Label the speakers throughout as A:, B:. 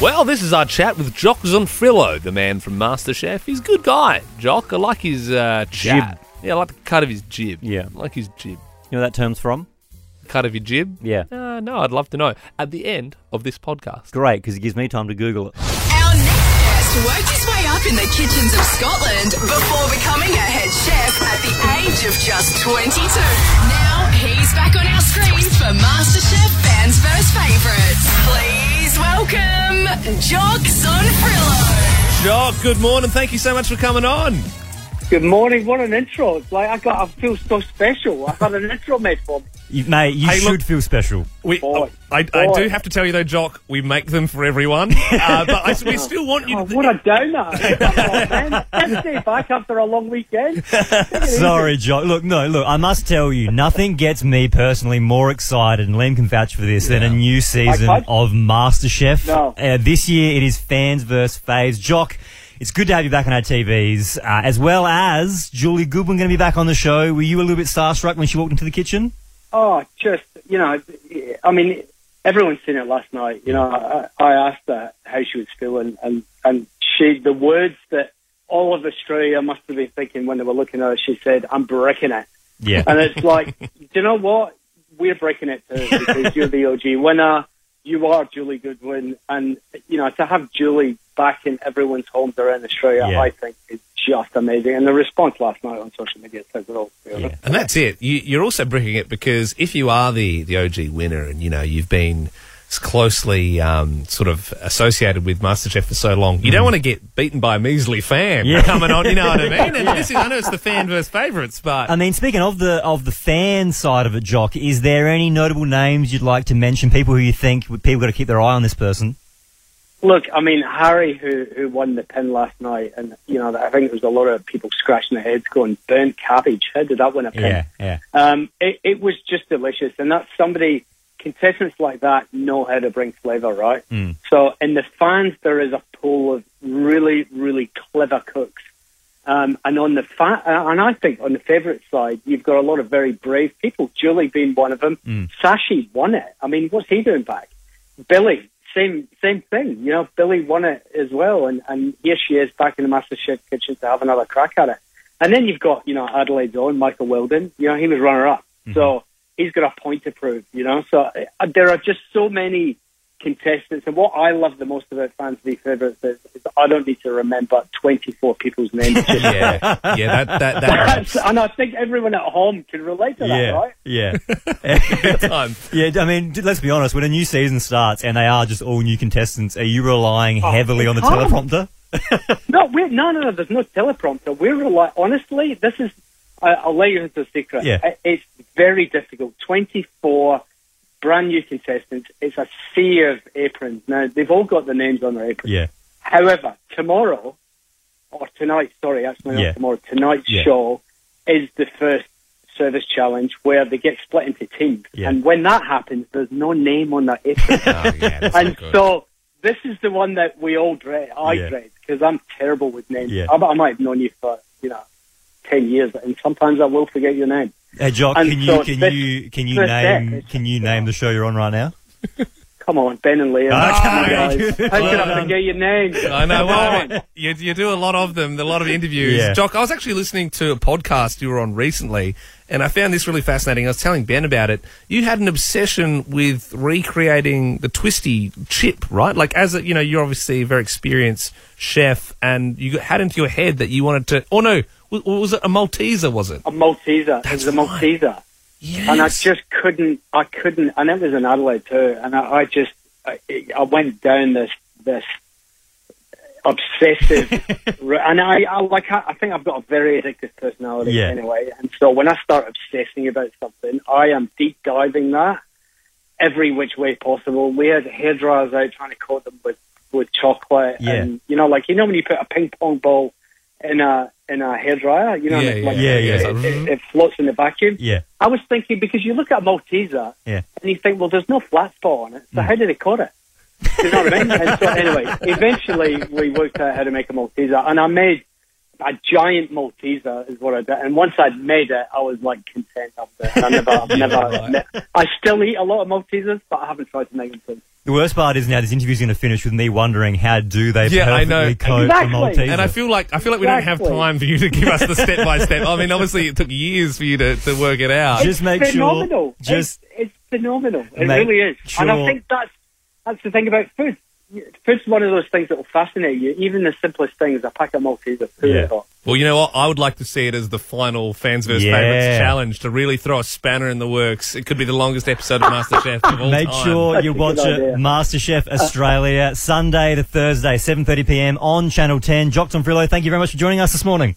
A: Well, this is our chat with Jock Zonfrillo, the man from MasterChef. He's a good guy, Jock. I like his uh, chat. Yeah, I like the cut of his jib.
B: Yeah.
A: I like his jib.
B: You know where that term's from?
A: Cut of your jib?
B: Yeah.
A: Uh, no, I'd love to know. At the end of this podcast.
B: Great, because it gives me time to Google it.
C: Our next guest worked his way up in the kitchens of Scotland before becoming a head chef at the age of just 22. Now he's back on our screen for MasterChef fans' first favourites. Please welcome Jock Zonfrillo.
A: Jock, good morning. Thank you so much for coming on.
D: Good morning. What an intro! It's like I got, I feel so special. I've had an intro made for me.
B: You, mate, you
A: Hey,
B: should
A: look-
B: feel special.
A: We,
D: Boy.
A: I, I
D: Boy.
A: do have to tell you though, Jock, we make them for everyone, uh, but I, we still want you.
D: Oh,
A: to
D: what a downer! oh, man. Let's stay back after a long weekend.
B: Sorry, Jock. Look, no, look, I must tell you, nothing gets me personally more excited, and Liam can vouch for this, than a new season
D: I can't-
B: of MasterChef.
D: No.
B: Uh, this year it is fans versus faves. Jock, it's good to have you back on our TVs, uh, as well as Julie Goodwin going to be back on the show. Were you a little bit starstruck when she walked into the kitchen?
D: Oh, just you know, I mean, everyone's seen it last night. You know, I, I asked her how she was feeling, and and she the words that all of Australia must have been thinking when they were looking at her. She said, "I'm breaking it."
B: Yeah.
D: And it's like, do you know what? We're breaking it too because you're the OG winner. You are Julie Goodwin, and you know to have Julie back in everyone's homes around Australia,
B: Yeah.
D: I think is just amazing. And the response last night on social media says it all. to be honest.
A: And that's it. You, you're also breaking it because if you are the, the OG winner and you know you've been s- closely um, sort of associated with MasterChef for so long, you
D: Mm.
A: don't want to get beaten by a measly fan
B: Yeah.
A: coming on. You know what I mean? And this is, I know it's the fan versus favourites, but
B: I mean, speaking of the of the fan side of it, Jock, is there any notable names you'd like to mention? People who you think people got to keep their eye on this person?
D: Look, I mean Harry, who who won the pin last night, and you know I think there was a lot of people scratching their heads, going burnt cabbage. How did that win a pin?
B: yeah.
D: Um, it, it was just delicious, and that's somebody contestants like that know how to bring flavour, right?
B: Mm.
D: So in the fans, there is a pool of really, really clever cooks, um, and on the fa- uh, and I think on the favourite side, you've got a lot of very brave people. Julie being one of them.
B: Mm.
D: Sashi won it. I mean, what's he doing back? Billy, same same thing. You know, Billy won it as well, and and here she is back in the MasterChef kitchen to have another crack at it. And then you've got, you know, Adelaide's own Michael Weldon. You know, he was runner up. So he's got a point to prove, you know. So uh, there are just so many contestants. And what I love the most about Fans v Favourites is, is I don't need to remember 24 people's names. Just-
A: yeah, yeah, that that that
D: That's- and I think everyone at home can relate to that, right?
B: yeah.
A: big time.
B: Yeah, I mean, d- let's be honest. When a new season starts and they are just all new contestants, are you relying heavily on the
D: Oh, can't.
B: teleprompter?
D: No, we're, no, no, no. There's no teleprompter. We're rely. Honestly, this is. I, I'll let you into a secret.
B: Yeah.
D: I- It's very difficult. Twenty-four brand new contestants. It's a sea of aprons. Now they've all got the names on their aprons.
B: Yeah,
D: However, tomorrow or tonight, sorry, actually not
B: Yeah.
D: tomorrow. Tonight's
B: Yeah.
D: show is the first service challenge where they get split into teams.
B: Yeah.
D: And when that happens, there's no name on that apron.
A: Oh, yeah, that's not
D: And
A: good.
D: so this is the one that we all dread. I
B: Yeah.
D: dread because I'm terrible with names.
B: Yeah.
D: I, I might have known you for you know ten years, and sometimes I will forget your name.
B: hey Jock,
D: And
B: can you
D: so
B: can
D: this-
B: you can you
D: this
B: name
D: is- uh,
B: can you name the show you're on right now?
D: Come on, Ben and Liam.
B: Okay.
D: Guys, How could I forget your name?
A: I know. Well, I
D: Come
A: mean,
D: on.
A: you, you do a lot of them, a lot of interviews.
B: Yeah.
A: Jock, I was actually listening to a podcast you were on recently, and I found this really fascinating. I was telling Ben about it. You had an obsession with recreating the twisty chip, right? Like, as a, you know, you're obviously a very experienced chef, and you had into your head that you wanted to. Oh no, w- was it a Malteser? Was it?
D: A Malteser. It
A: That's
D: was a
A: right.
D: Malteser.
A: Yes.
D: and I just couldn't. I couldn't, and it was in Adelaide too. And I, I just, I, I went down this this obsessive, ro- and I, I like. I, I think I've got a very addictive personality
B: Yeah.
D: anyway, and so when I start obsessing about something, I am deep diving that every which way possible. We had hair dryers out trying to coat them with with chocolate,
B: Yeah.
D: and you know, like you know when you put a ping pong ball in a in a hair dryer, you know,
A: Yeah,
D: and it's
A: yeah,
D: like,
B: yeah,
D: it-
B: yeah.
D: It, it, it floats in the vacuum.
B: Yeah,
D: I was thinking because you look at a Malteser
B: Yeah.
D: and you think, well, there's no flat spot on it, so how do they cut it? You know what I mean? And so anyway, eventually we worked out how to make a Malteser, and I made a giant Malteser is what I did. And once I'd made it, I was like content up there. And I never, I've never,
A: right.
D: I still eat a lot of Maltesers, but I haven't tried to make them since.
B: The worst part is now this interview's going to finish with me wondering how do they
A: Yeah, I
B: perfectly
A: know.
B: coat
D: Exactly.
B: the Maltese.
A: And I feel like I feel like we don't have
D: Exactly.
A: time for you to give us the step by step. I mean, obviously it took years for you to, to work it out.
B: Just make sure-
D: phenomenal.
B: just-
D: it's, it's phenomenal. It
B: Make
D: really is. And I
B: sure-
D: think that's that's the thing about food. Food's one of those things that will fascinate you. Even the simplest things, a pack of Maltesers, who
B: Yeah.
D: yeah. thought?
A: Well, you know what? I would like to see it as the final fans versus
B: Yeah.
A: favorites challenge to really throw a spanner in the works. It could be the longest episode of MasterChef of all
B: Make
A: time.
B: sure
D: That's
B: you
D: a good
B: watch it,
D: idea. Uh.
B: MasterChef Australia, Sunday to Thursday, 7.30 p.m. on Channel 10. Jock Frillo, thank you very much for joining us this morning.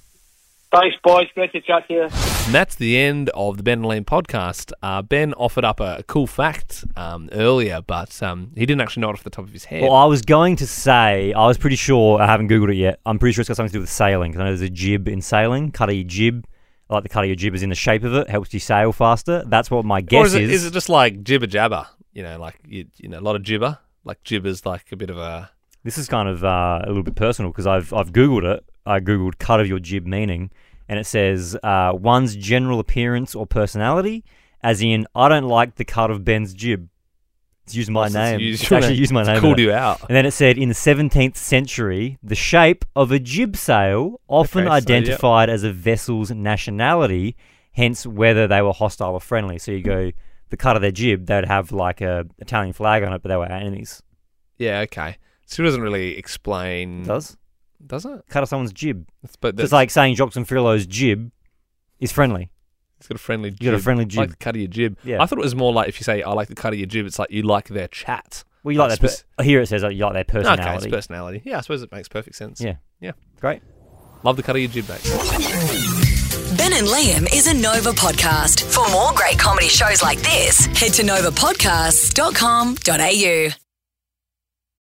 D: Thanks, boys. Great to chat to you.
A: And that's the end of the Ben and Lamb podcast. Uh, ben offered up a cool fact um, earlier, but um, he didn't actually know it off the top of his head.
B: Well, I was going to say, I was pretty sure, I haven't Googled it yet, I'm pretty sure it's got something to do with sailing, because I know there's a jib in sailing, cut of your jib. I like the cut of your jib is in the shape of it, helps you sail faster. That's what my guess
A: or is it, is it just like jibber jabber? You know, like you, you know, a lot of gibber. Like gibber's like a bit of a
B: This is kind of uh, a little bit personal because I've I've googled it. I googled "cut of your jib" meaning, and it says uh, one's general appearance or personality, as in I don't like the cut of Ben's jib. It's used my
A: It's
B: name.
A: used
B: It's
A: your
B: actually
A: name.
B: used my
A: It's
B: name. in
A: called
B: it.
A: you out.
B: And then it said in the 17th century, the shape of a jib sail
A: Okay,
B: often
A: so, yeah.
B: identified as a vessel's nationality, hence whether they were hostile or friendly. So you go the cut of their jib, they'd have like a Italian flag on it, but they were enemies.
A: yeah. Okay, so it doesn't really explain.
B: Does
A: does it?
B: cut of someone's jib?
A: It's, but
B: It's like saying Jocks and Frillo's jib is friendly.
A: it's got a friendly. Jib.
B: You got a friendly
A: I like
B: jib.
A: the cut of your jib.
B: Yeah.
A: I thought it was more like if you say I like the cut of your jib, it's like you like their chat.
B: Well, you like their
A: Spec-
B: per- here it says uh, you like their
A: Okay, it's
B: personality.
A: personality. Yeah, I suppose it makes perfect sense.
B: Yeah.
A: Yeah.
B: Great.
A: Love the cut of your jib, mate.
C: Ben and Liam is a Nova podcast. For more great comedy shows like this, head to novapodcasts.com.au.